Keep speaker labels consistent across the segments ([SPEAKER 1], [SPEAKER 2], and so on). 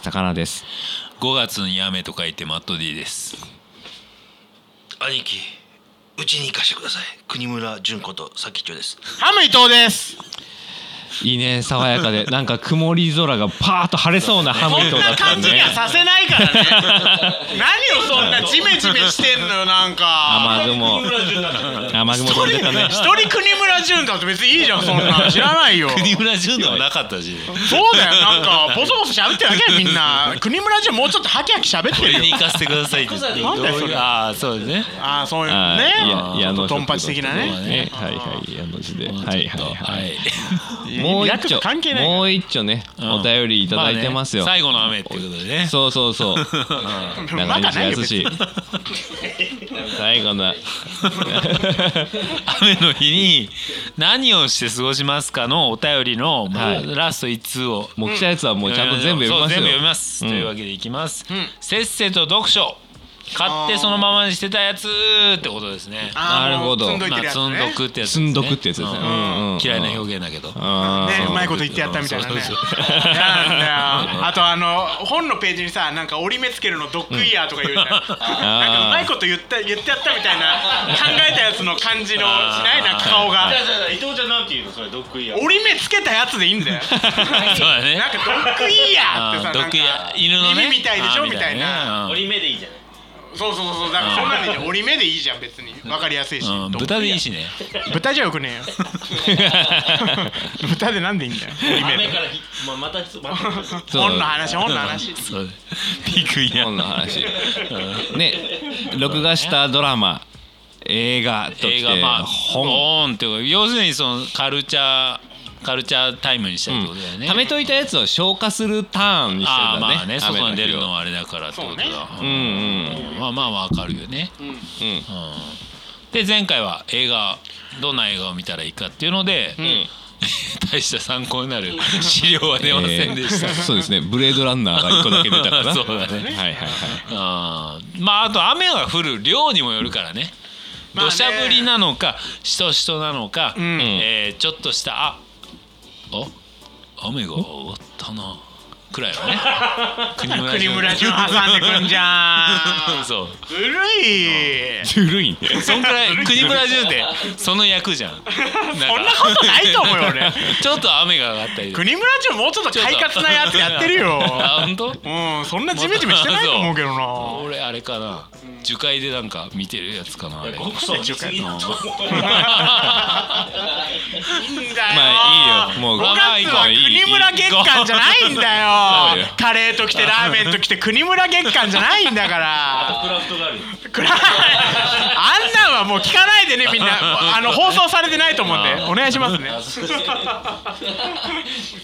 [SPEAKER 1] 魚です
[SPEAKER 2] 5月に雨と書いてマット D です
[SPEAKER 3] 兄貴うちに行かしてください国村純子と佐吉長です
[SPEAKER 4] ハム伊藤です
[SPEAKER 1] いいね爽やか でなんか曇り空がパーッと晴れそうなハム
[SPEAKER 4] こ
[SPEAKER 1] イ
[SPEAKER 4] ん
[SPEAKER 1] トだ
[SPEAKER 4] な
[SPEAKER 1] った
[SPEAKER 4] 感
[SPEAKER 1] ね
[SPEAKER 4] じにはさせないからね 何をそんなジメジメしてんのよなんか
[SPEAKER 1] 雨雲雨雲飛んでたね
[SPEAKER 4] 一人国村淳だって別にいいじゃんそんなん知らないよ
[SPEAKER 2] 国村純でもなかったし
[SPEAKER 4] そうだよなんかボソボソ喋ってるだけよみんな国村淳もうちょっとハキハキ喋って
[SPEAKER 2] 俺
[SPEAKER 4] る
[SPEAKER 2] に
[SPEAKER 4] よ
[SPEAKER 2] 行かせてくださいって言って
[SPEAKER 4] なんだよそれ
[SPEAKER 2] ああそうですね
[SPEAKER 4] ああそういう
[SPEAKER 1] あー
[SPEAKER 4] ね
[SPEAKER 1] いやいやあの
[SPEAKER 4] トンパチ的なね
[SPEAKER 1] ねはいはい矢の字ではいはいはいも
[SPEAKER 4] も
[SPEAKER 1] う
[SPEAKER 4] う
[SPEAKER 1] 一丁
[SPEAKER 4] 関係ないから
[SPEAKER 1] もう一丁ね
[SPEAKER 2] うん
[SPEAKER 1] お便りいただいてますよ
[SPEAKER 2] まあね最後の雨っていうことでね
[SPEAKER 1] そうそう そう中
[SPEAKER 4] バカ
[SPEAKER 1] 西
[SPEAKER 4] ないよ
[SPEAKER 1] 康史最後の
[SPEAKER 2] 雨の日に何をして過ごしますかのお便りの、まあ
[SPEAKER 1] はい
[SPEAKER 2] ラスト1通を
[SPEAKER 1] もう来たやつはもうちゃんと全部読み
[SPEAKER 2] そう
[SPEAKER 1] ます
[SPEAKER 2] 全
[SPEAKER 1] よ
[SPEAKER 2] 部読みます、
[SPEAKER 1] うん
[SPEAKER 2] というわけでいきます、
[SPEAKER 4] ん
[SPEAKER 2] せっせと読書買ってそのままにしてたやつってことですね
[SPEAKER 4] あ
[SPEAKER 1] な
[SPEAKER 4] ー
[SPEAKER 1] るほど
[SPEAKER 4] もう積んど
[SPEAKER 2] ま
[SPEAKER 4] いて
[SPEAKER 2] あ
[SPEAKER 4] るやつ
[SPEAKER 2] 積んど
[SPEAKER 4] ね
[SPEAKER 2] くってやつ
[SPEAKER 1] 積んどくってやつですね
[SPEAKER 2] う
[SPEAKER 1] うんうんうん
[SPEAKER 2] ん嫌いな表現だけど
[SPEAKER 1] あー
[SPEAKER 4] ねうまいこと言ってやったみたいなね
[SPEAKER 2] そうそうそう
[SPEAKER 4] 嫌なんだよ あとあの本のページにさなんか折り目つけるのドッグイヤーとか言うじゃん、なんかうまいこと言った言ってやったみたいな考えたやつの感じのしないな顔が
[SPEAKER 5] 伊藤ちゃんなんて言うのそれドッグイヤー
[SPEAKER 4] 折り目つけたやつでいいんだよ
[SPEAKER 2] そうだね
[SPEAKER 4] なんかドッグイヤーってさ
[SPEAKER 2] うん
[SPEAKER 4] なんか
[SPEAKER 2] 毒や犬のね
[SPEAKER 4] 耳みたいでしょ
[SPEAKER 2] あー
[SPEAKER 4] みたい
[SPEAKER 2] ね
[SPEAKER 4] な
[SPEAKER 2] うん
[SPEAKER 5] 折り目でいいじゃない
[SPEAKER 4] そうそうそうそうだからそんなんでいいじゃん折り目でいいじゃん別に分かりやすいし、
[SPEAKER 2] うん
[SPEAKER 4] ドッグイヤー
[SPEAKER 2] 豚でいいし ね
[SPEAKER 4] 豚じゃよくねえよ豚でなんでいいんだよ折り目
[SPEAKER 5] 雨
[SPEAKER 4] で
[SPEAKER 5] からひままたひまたひ
[SPEAKER 1] そう
[SPEAKER 4] 本の話本の話
[SPEAKER 2] そうピクイヤ
[SPEAKER 1] 本の話ね録画したドラマ映画とき
[SPEAKER 2] 映
[SPEAKER 1] て
[SPEAKER 2] 画まあ
[SPEAKER 1] 本
[SPEAKER 2] 本っていうか要するにそのカルチャーカルチャータイムにしたいってことだよね、
[SPEAKER 1] 貯めといたやつを消化するターンにして
[SPEAKER 2] あ
[SPEAKER 1] る
[SPEAKER 2] あ
[SPEAKER 1] んだね
[SPEAKER 2] まあね
[SPEAKER 1] 雨
[SPEAKER 2] 外に出
[SPEAKER 1] 日を
[SPEAKER 2] るのはあれだからってことだ、
[SPEAKER 1] うんうん
[SPEAKER 2] うんまあまあわかるよね、
[SPEAKER 1] うん
[SPEAKER 2] で前回は映画どんな映画を見たらいいかっていうので、 大した参考になる資料は出ませんでした、
[SPEAKER 1] えーそうですねブレードランナーが一個だけ出たかな
[SPEAKER 2] そうだね
[SPEAKER 1] はいはいはい
[SPEAKER 2] あーまああと雨が降る量にもよるからね
[SPEAKER 4] まあ
[SPEAKER 2] 土
[SPEAKER 4] ね
[SPEAKER 2] 砂降りなのかしとしとなのか、
[SPEAKER 4] ん
[SPEAKER 2] えーちょっとしたああ雨が終わったなくらいのね 国村
[SPEAKER 4] 国村淳挟んでくんじゃん
[SPEAKER 2] そう
[SPEAKER 4] ずるい
[SPEAKER 1] ずるいね
[SPEAKER 2] そんくらい国村淳ってその役 じゃんなんか
[SPEAKER 4] そんなことないと思うよ 俺
[SPEAKER 2] ちょっと雨が上がったりとか
[SPEAKER 4] 国村淳もうちょっと快活なやつやってる よ
[SPEAKER 2] あ本当
[SPEAKER 4] うんそんなジメジメしてないと思うけどな
[SPEAKER 2] 俺あれかな樹海でなんか見てるやつかなあれ
[SPEAKER 5] 嘘つきだと思う
[SPEAKER 4] いいんだよ
[SPEAKER 1] まあいいよもう
[SPEAKER 4] 5月は国村月間じゃないん
[SPEAKER 1] そう
[SPEAKER 4] だ
[SPEAKER 1] よ
[SPEAKER 4] よカレーときてラーメンときて国村月間じゃないんだから
[SPEAKER 5] クラフトがあるよ
[SPEAKER 4] 暗いあんなんはもう聞かないでねみんなあの放送されてないと思うんでお願いしますね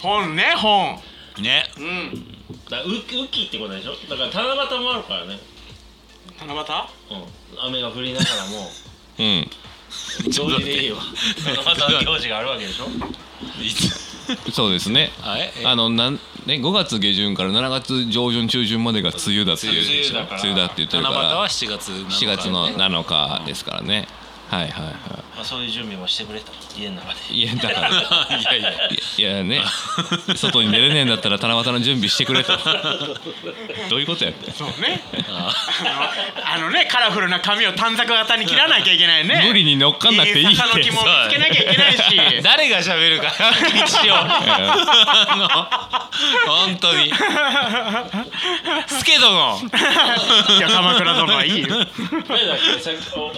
[SPEAKER 4] 本ね本
[SPEAKER 2] ね
[SPEAKER 5] だからウウッキーってことでしょだから七夕もあるからね
[SPEAKER 4] 七
[SPEAKER 5] う
[SPEAKER 4] 夕
[SPEAKER 5] ん雨が降りながらも
[SPEAKER 1] うん
[SPEAKER 5] 行事でいいわ七夕の行事があるわけでしょ
[SPEAKER 2] いつ
[SPEAKER 1] そうですね
[SPEAKER 2] あえ
[SPEAKER 1] あのなんね5月下旬から7月上旬中旬までが梅雨だっていう
[SPEAKER 5] 梅雨だから
[SPEAKER 1] 梅雨だって言ってる
[SPEAKER 2] 七
[SPEAKER 1] か
[SPEAKER 2] 夕は
[SPEAKER 1] ら
[SPEAKER 2] 7月7
[SPEAKER 1] 7月の7日ですからねはいはいは
[SPEAKER 5] まあそういう準備もしてくれた家の中で
[SPEAKER 1] いいやだから
[SPEAKER 2] いやいや
[SPEAKER 1] いやね外に出れねえんだったら七夕の準備してくれ とどういうことやって
[SPEAKER 4] そうねあのあのねカラフルな髪を短冊型に切らなきゃいけないね
[SPEAKER 1] 無理に乗っかんなくていいって
[SPEAKER 4] 笹の木も見つけなきゃいけないし
[SPEAKER 2] 誰が喋るか 一応あの本当にスケドの
[SPEAKER 4] いや鎌倉殿はいい よ
[SPEAKER 5] 誰だっけさっきおお応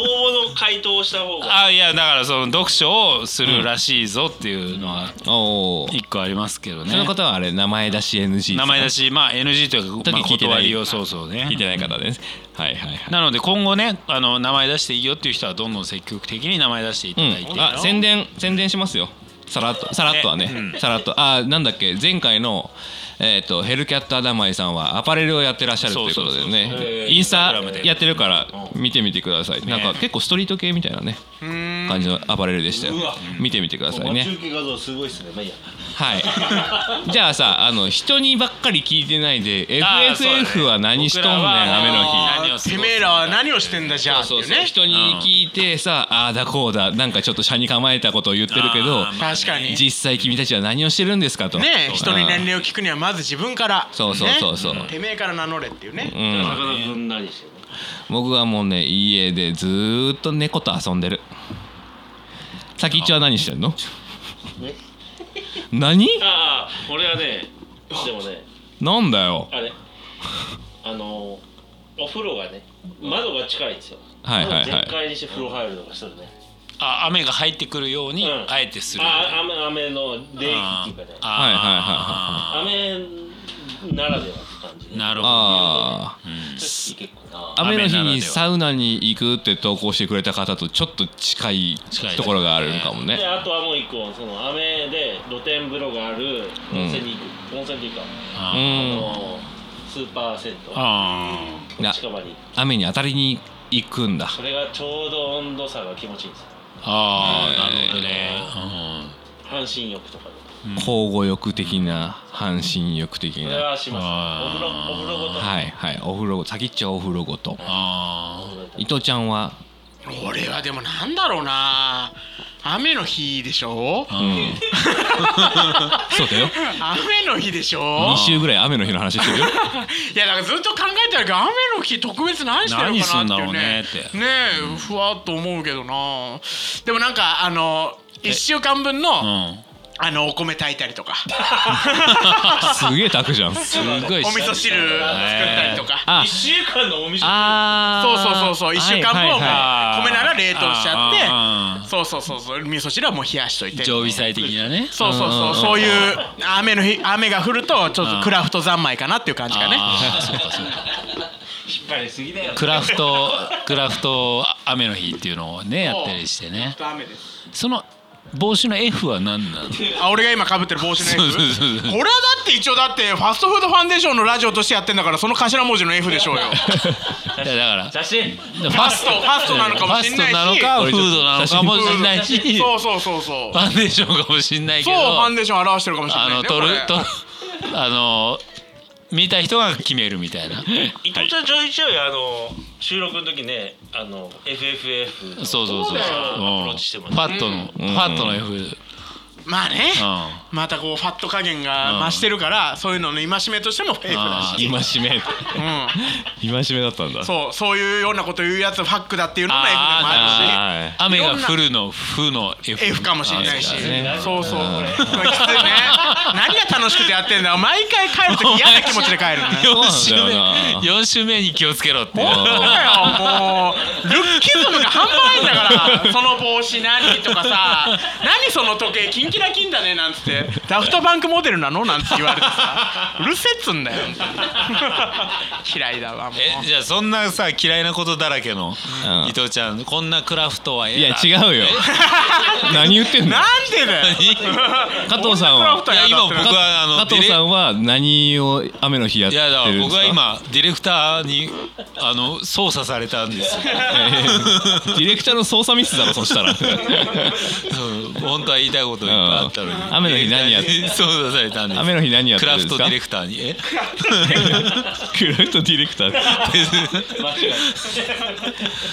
[SPEAKER 5] 募応募の回答をした方が
[SPEAKER 2] あいやだからその読書をするらしいぞっていうのは
[SPEAKER 1] おお、
[SPEAKER 2] 一個ありますけどね
[SPEAKER 1] その方はあれ名前出し NG ですね
[SPEAKER 2] 名前だしまあ NG というか、まあ、
[SPEAKER 1] 時聞いてない
[SPEAKER 2] 断りをそうそうね
[SPEAKER 1] 聞いてない方です、はいはいはい
[SPEAKER 2] なので今後ねあの名前出していいよっていう人はどんどん積極的に名前出していた
[SPEAKER 1] う
[SPEAKER 2] だいて、
[SPEAKER 1] ん、あ宣伝宣伝しますよさらっとさらっとはねさらっとあなんだっけ前回のえっ、とヘルキャットアダマイさんはアパレルをやってらっしゃるということで
[SPEAKER 2] そうそうそうそう
[SPEAKER 1] ねインスタ
[SPEAKER 2] インスタグラムで
[SPEAKER 1] やってるから見てみてください、なんか結構ストリート系みたいなね感じのアパレルでしたよ
[SPEAKER 5] うわ
[SPEAKER 1] 見てみてくださいね
[SPEAKER 5] 中継画像すごいっすねまあいいや
[SPEAKER 1] はい。じゃあさ、あの人にばっかり聞いてないで、
[SPEAKER 2] あーそうだね
[SPEAKER 1] FFF は何しとんねん
[SPEAKER 2] 僕らは
[SPEAKER 1] 雨の日。
[SPEAKER 2] あ何をすごい
[SPEAKER 4] てめえらは何をしてんだじゃあって
[SPEAKER 1] そう
[SPEAKER 4] いう
[SPEAKER 1] そう、
[SPEAKER 4] ね
[SPEAKER 1] 人に聞いてさ、ああだこうだ、なんかちょっと車に構えたことを言ってるけど
[SPEAKER 2] あー、
[SPEAKER 4] 確かに
[SPEAKER 1] 実際君たちは何をしてるんですかと。
[SPEAKER 4] ねえ人に年
[SPEAKER 1] ね。
[SPEAKER 4] 齢を聞くにはまず自分から
[SPEAKER 1] そうそうそうそう
[SPEAKER 4] ねてめえから名乗れっていうね、
[SPEAKER 1] うん
[SPEAKER 5] 魚くん何してるの
[SPEAKER 1] 僕はもうね家でずーっと猫と遊んでる先一は何してんの
[SPEAKER 5] え
[SPEAKER 1] 何
[SPEAKER 5] ああ俺はねでもね
[SPEAKER 1] なんだよ
[SPEAKER 5] あれあのお風呂がね窓が近いんですよ
[SPEAKER 1] はいはいはい
[SPEAKER 5] 窓全開にして風呂入るとかするね
[SPEAKER 2] あ雨が入ってくるように
[SPEAKER 5] うん
[SPEAKER 2] あえてする、
[SPEAKER 5] あ雨雨の冷気ってい
[SPEAKER 1] はい
[SPEAKER 5] うかね
[SPEAKER 1] はい
[SPEAKER 2] あー
[SPEAKER 5] 雨ならではって感じで
[SPEAKER 2] なるほど
[SPEAKER 1] あー
[SPEAKER 5] 結構な
[SPEAKER 1] 雨の日
[SPEAKER 2] 雨なら
[SPEAKER 1] に
[SPEAKER 2] では
[SPEAKER 1] サウナに行くって投稿してくれた方とちょっと近い
[SPEAKER 2] 近い
[SPEAKER 1] ところがあるのかも
[SPEAKER 5] で
[SPEAKER 1] ね
[SPEAKER 5] あとはもう一個その雨で露天風呂がある
[SPEAKER 1] うん
[SPEAKER 5] 温泉に行く、温泉っていうか、
[SPEAKER 1] う
[SPEAKER 2] あー
[SPEAKER 5] あ
[SPEAKER 1] ん
[SPEAKER 5] のスーパー銭
[SPEAKER 2] あ
[SPEAKER 5] 湯
[SPEAKER 1] な
[SPEAKER 5] 近場に
[SPEAKER 1] 雨に当たりに行くんだ
[SPEAKER 5] それがちょうど温度差が気持ちいいんですよ
[SPEAKER 2] ーあーなるほどね、
[SPEAKER 5] 半身浴とかで
[SPEAKER 1] 交互浴的な半身浴的
[SPEAKER 5] それ
[SPEAKER 1] な
[SPEAKER 5] はしますお風呂お風呂ごと
[SPEAKER 1] はいはいお風呂先っちょお風呂ごと
[SPEAKER 2] うん、あ
[SPEAKER 1] 伊藤ちゃんは
[SPEAKER 4] 俺はでもなんだろうな雨の日でしょ
[SPEAKER 1] う
[SPEAKER 2] ー、うん
[SPEAKER 1] そうだよ
[SPEAKER 4] 雨の日でしょ
[SPEAKER 1] 2週ぐらい雨の日の話してるよ
[SPEAKER 4] いやだからずっと考えてるけど雨の日特別何してるかなっていう
[SPEAKER 2] 何
[SPEAKER 4] ね
[SPEAKER 2] すんだろうねって
[SPEAKER 4] ねえふわっと思うけどなでもなんかあの1週間分の
[SPEAKER 2] ん
[SPEAKER 4] あのお米炊いたりとか
[SPEAKER 1] すげえ炊くじゃん
[SPEAKER 2] すごい
[SPEAKER 4] お味噌汁作ったりとか
[SPEAKER 1] あ
[SPEAKER 5] 1週間のお店
[SPEAKER 1] あ
[SPEAKER 4] そうそうそうそう1週間分
[SPEAKER 1] はいはいは
[SPEAKER 4] 米なら冷凍しち
[SPEAKER 2] ゃ
[SPEAKER 4] ゃってそうそうそうそう味噌汁はもう冷やしといて
[SPEAKER 2] 常備菜的なね
[SPEAKER 4] そうそうそうそういう雨の日雨が降るとちょっとクラフト三昧かなっていう感じがね
[SPEAKER 2] あーそうかそうか
[SPEAKER 5] 引っ張りすぎだよ
[SPEAKER 2] クラフトクラフト雨の日っていうのをねやったりしてね
[SPEAKER 4] 雨です
[SPEAKER 2] その帽子の F は何なの
[SPEAKER 4] あ俺が今かぶってる帽子の F
[SPEAKER 2] そうそうそうそう
[SPEAKER 4] これはだって一応だってファストフードファンデーションのラジオとしてやってんだからその頭文字の F でしょうよ
[SPEAKER 2] だから
[SPEAKER 5] 写真
[SPEAKER 2] フ
[SPEAKER 4] ァストファストなのかもしんな
[SPEAKER 2] フ
[SPEAKER 4] いし
[SPEAKER 2] ァストなのかフードなのかもしんないしフ
[SPEAKER 4] そうそうそうそう
[SPEAKER 2] ァンデーションかもしんないけ
[SPEAKER 4] そう
[SPEAKER 2] ど
[SPEAKER 4] ファンデーション表してるかもしれ
[SPEAKER 2] あ
[SPEAKER 4] ない
[SPEAKER 2] の
[SPEAKER 4] ね
[SPEAKER 2] 取る
[SPEAKER 4] これ
[SPEAKER 2] 取るあの見た人が決めるみたいな
[SPEAKER 5] 伊藤ちゃんちょいちょいあの収録の時ねあの FFF の
[SPEAKER 2] そうそうそうそう
[SPEAKER 5] ア
[SPEAKER 2] うん
[SPEAKER 5] プローチしてます
[SPEAKER 2] ファットのフ
[SPEAKER 1] ん
[SPEAKER 2] ァットの F うん
[SPEAKER 4] まあね
[SPEAKER 2] あ
[SPEAKER 4] またこうファット加減が増してるからそういうのの戒めとしても F だ
[SPEAKER 2] ー
[SPEAKER 1] い今 しめ
[SPEAKER 4] しうん
[SPEAKER 1] 今しめだったんだ
[SPEAKER 4] そうそういうようなこと言うやつファックだっていうのも F でも
[SPEAKER 2] あー
[SPEAKER 4] あ
[SPEAKER 1] はい
[SPEAKER 2] 雨が降るの「ふ」の F,
[SPEAKER 4] るし F かもしれないし
[SPEAKER 2] あ
[SPEAKER 4] そうそう
[SPEAKER 1] うん
[SPEAKER 4] これきついね何が楽しくてやってんだよ毎回帰るとき嫌な気持ちで帰るね
[SPEAKER 2] 4週
[SPEAKER 1] そうなんだよな
[SPEAKER 2] 目四週目に気をつけろって
[SPEAKER 4] 本当だよもうルッキズムが半端ないんだからその帽子何とか さ何その時計キンキラキンだねなんつってダフトバンクモデルなのなんつって言われてさうるせえっつんだよ嫌いだわもう
[SPEAKER 2] えじゃあそんなさ嫌いなことだらけの
[SPEAKER 1] うん
[SPEAKER 2] 伊藤ちゃんこんなクラフトは嫌
[SPEAKER 1] いや
[SPEAKER 2] だ
[SPEAKER 1] 違うよ何言ってんの
[SPEAKER 4] なんでだよ
[SPEAKER 1] 加藤さん
[SPEAKER 4] こんなクラ
[SPEAKER 1] は
[SPEAKER 4] フト
[SPEAKER 2] いや
[SPEAKER 4] やだ
[SPEAKER 2] 今
[SPEAKER 4] って
[SPEAKER 2] 僕はあの
[SPEAKER 1] 加藤さんは何を雨の日やっ
[SPEAKER 2] ディレい
[SPEAKER 1] て
[SPEAKER 2] やだから
[SPEAKER 1] るんです
[SPEAKER 2] 僕
[SPEAKER 1] か
[SPEAKER 2] は今ディレクターにあの操作されたんですよ
[SPEAKER 1] え ーディレクターの操作ミスだろそしたら
[SPEAKER 2] そう本当は言いたいこといっぱいあったのに
[SPEAKER 1] うん雨の日何やっ
[SPEAKER 2] ディレクターに 操作されたんです
[SPEAKER 1] 雨の日何やっ
[SPEAKER 2] ク
[SPEAKER 1] てる
[SPEAKER 2] ラ
[SPEAKER 1] んで
[SPEAKER 2] フ
[SPEAKER 1] す
[SPEAKER 2] ト
[SPEAKER 1] か
[SPEAKER 2] ディレクターに え
[SPEAKER 1] クラフトディレクター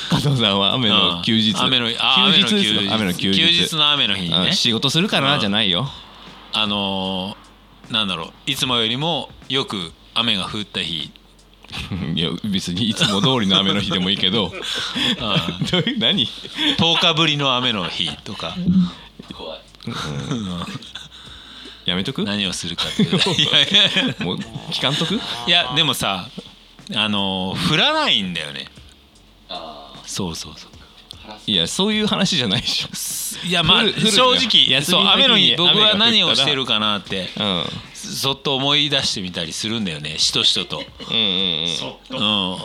[SPEAKER 1] 加藤さんは雨の休日
[SPEAKER 2] 雨の日あ
[SPEAKER 1] 休日です
[SPEAKER 2] 雨
[SPEAKER 1] か雨の
[SPEAKER 2] の休日
[SPEAKER 1] 休日
[SPEAKER 2] 休日の雨の日に
[SPEAKER 1] う
[SPEAKER 2] ね
[SPEAKER 1] ん仕事するか
[SPEAKER 2] う
[SPEAKER 1] なんじゃないよ
[SPEAKER 2] あのーなんだろういつもよりもよく雨が降った日
[SPEAKER 1] いや別にいつも通りの雨の日でもいいけど どういう何
[SPEAKER 2] 10日ぶりの雨の日 とか
[SPEAKER 1] やめとく
[SPEAKER 2] 何をするか っていういやいやいや
[SPEAKER 1] もう期間とく
[SPEAKER 2] いやでもさあのー降らないんだよねそうそうそう
[SPEAKER 1] いやそういう話じゃないでしょ
[SPEAKER 2] いやまあ
[SPEAKER 1] 降る降るんだよ
[SPEAKER 2] 正直
[SPEAKER 1] 休みの
[SPEAKER 2] そう
[SPEAKER 1] 日に
[SPEAKER 2] 雨の日僕は
[SPEAKER 1] 雨が降ったら
[SPEAKER 2] 何をしてるかなって
[SPEAKER 1] うんうん
[SPEAKER 2] そっと思い出してみたりするんだよねしとしとと、
[SPEAKER 1] うんうん
[SPEAKER 5] そっ
[SPEAKER 2] う
[SPEAKER 5] と
[SPEAKER 2] ん、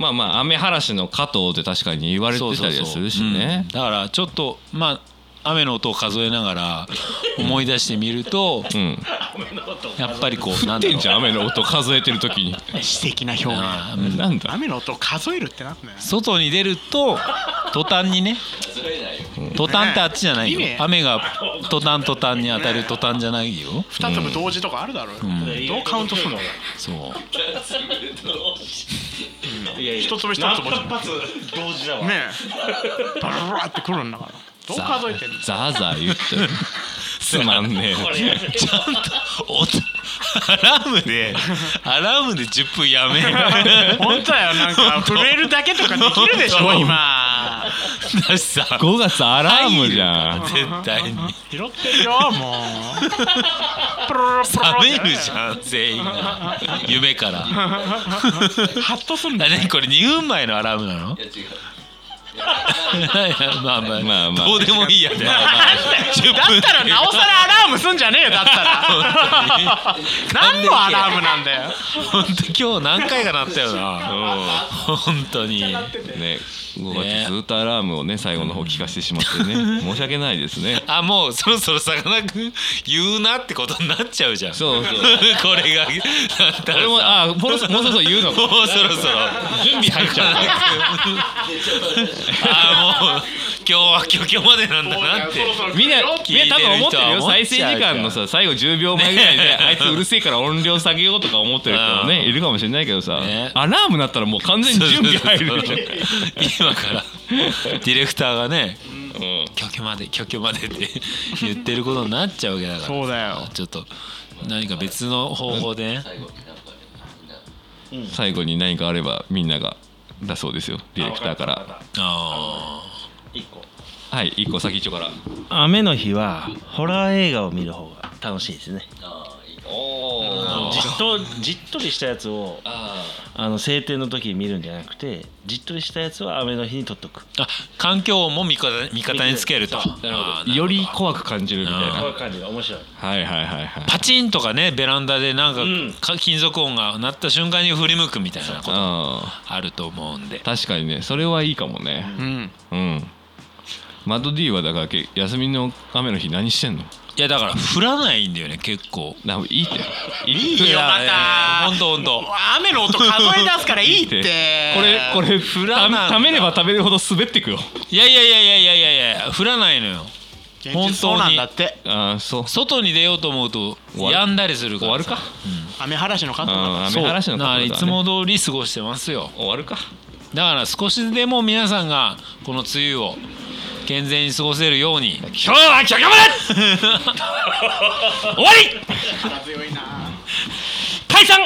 [SPEAKER 1] まあまあ雨晴らしの加藤って確かに言われてたりはするしね
[SPEAKER 2] うんだからちょっとまあ雨の音を数えなが ら思い出してみると
[SPEAKER 1] うん
[SPEAKER 5] 雨の音
[SPEAKER 2] やっぱりこ う
[SPEAKER 1] 降
[SPEAKER 2] な
[SPEAKER 1] っ
[SPEAKER 2] んだ
[SPEAKER 1] て
[SPEAKER 2] ろ
[SPEAKER 1] ん
[SPEAKER 2] う
[SPEAKER 1] じゃん雨の音数えてる時に
[SPEAKER 4] 詩的な表現
[SPEAKER 2] あーうん
[SPEAKER 1] なんだ
[SPEAKER 4] 雨の音を数えるってなんだよ
[SPEAKER 2] 外に出ると途端にね途端ってあっちじゃないよ
[SPEAKER 4] いいね
[SPEAKER 2] 雨が途端途端に当たる途端じゃないよ
[SPEAKER 4] 2粒同時とかあるだろうよ、どうカウントすんの
[SPEAKER 2] そう
[SPEAKER 5] いやいや
[SPEAKER 4] 一粒一粒
[SPEAKER 5] 何百発同時だわ
[SPEAKER 4] ねえバラバラってくるんだからどう数えてんの
[SPEAKER 1] ザーザー言ってるつまんねえ
[SPEAKER 5] これやめて
[SPEAKER 2] ちゃんとおアラームでアラームで10分やめ
[SPEAKER 4] 本当だよな んか震えるだけとかできるでしょ
[SPEAKER 2] 本当
[SPEAKER 4] 今
[SPEAKER 2] だしさ
[SPEAKER 1] 5月アラームじゃん
[SPEAKER 2] 絶対に
[SPEAKER 4] 拾ってるよもうプロロプロロ
[SPEAKER 2] 冷めるじゃん全員が夢からあ
[SPEAKER 4] ハッとすんだよ
[SPEAKER 2] 何これ2分前のアラームなの
[SPEAKER 5] いや違う
[SPEAKER 2] まあまあ
[SPEAKER 1] まあまあ
[SPEAKER 2] どうでもいいやで、10
[SPEAKER 4] だったらなおさらアラームすんじゃねえよだったら何のアラームなんだよ
[SPEAKER 2] 本当今日何回かなったよな本当に
[SPEAKER 1] ね5月ずっとアラームをね最後の方聞かせてしまってね申し訳ないですね
[SPEAKER 2] あもうそろそろさかなクン言うなってことになっちゃうじゃん
[SPEAKER 1] そうそう
[SPEAKER 2] これがだったら
[SPEAKER 1] 俺も
[SPEAKER 2] さ
[SPEAKER 1] あもうそもうそろそろ言うのか
[SPEAKER 2] もうそろそろ準備入っちゃう ああもう今日は今日今日までなんだなって
[SPEAKER 1] みんなみんな多分思ってる
[SPEAKER 2] 聞いてる
[SPEAKER 1] よ
[SPEAKER 2] 人は思
[SPEAKER 1] 再
[SPEAKER 2] っ
[SPEAKER 1] 生
[SPEAKER 2] ちゃう
[SPEAKER 1] 時間のさ最後10秒前ぐらいで
[SPEAKER 2] ね
[SPEAKER 1] あいつうるせえから音量下げようとか思ってる人もね
[SPEAKER 2] うん
[SPEAKER 1] いるかもしれないけどさ
[SPEAKER 2] ね
[SPEAKER 1] アラームなったらもう完全に準備入るじゃん
[SPEAKER 2] 今からディレクターがね「今日今日まで今日今日まで」って言ってることになっちゃうわけだから
[SPEAKER 4] そうだよ
[SPEAKER 2] ちょっと何か別の方法でね
[SPEAKER 1] 最後に何かあればみんながだそうですよディレクターから
[SPEAKER 2] あ
[SPEAKER 5] 一個
[SPEAKER 1] はい一個先一丁から
[SPEAKER 6] 雨の日はホラー映画を見る方が楽しいですね
[SPEAKER 5] あーいいか
[SPEAKER 1] お
[SPEAKER 6] じっとじっとりしたやつをあの晴天の時に見るんじゃなくてじっとりしたやつは雨の日に撮っとく
[SPEAKER 2] ーあ環境音も味方味方につけるとあーなる
[SPEAKER 1] より怖く感じるみたい
[SPEAKER 2] うん
[SPEAKER 1] な
[SPEAKER 6] こういう感じが面白い
[SPEAKER 1] はいはいはいはい
[SPEAKER 2] パチンとかねベランダでなんか
[SPEAKER 6] ん
[SPEAKER 2] か金属音が鳴った瞬間に振り向くみたいなこと
[SPEAKER 1] あ
[SPEAKER 2] あると思うんで
[SPEAKER 1] ー確かにねそれはいいかもね
[SPEAKER 4] うん
[SPEAKER 1] うんマッド D はだからけ休みの雨の日何してんの
[SPEAKER 2] いやだから降らないんだよね結構
[SPEAKER 1] だいいって
[SPEAKER 4] いいよまた
[SPEAKER 2] 本当本当
[SPEAKER 4] 雨の音数え出すからいいって
[SPEAKER 1] これこれ
[SPEAKER 2] 降らない
[SPEAKER 1] ためれば食べるほど滑ってくよ
[SPEAKER 2] いやいやいやいやいやいやいや降らないのよ
[SPEAKER 4] 現実そうなんだって
[SPEAKER 1] ああそう
[SPEAKER 2] 外に出ようと思うと
[SPEAKER 1] 終わる
[SPEAKER 2] やんだりする
[SPEAKER 1] 終
[SPEAKER 2] から
[SPEAKER 1] わるか
[SPEAKER 4] 雨嵐のカット
[SPEAKER 1] あ
[SPEAKER 4] だ
[SPEAKER 1] ー雨嵐のこと
[SPEAKER 2] だか
[SPEAKER 1] だ
[SPEAKER 2] ら
[SPEAKER 1] ね
[SPEAKER 2] いつも通り過ごしてますよ
[SPEAKER 1] 終わるか
[SPEAKER 2] だから少しでも皆さんがこの梅雨を健全に過ごせるように今日は今日頑 張れ終わり
[SPEAKER 4] 力強いな
[SPEAKER 2] 解散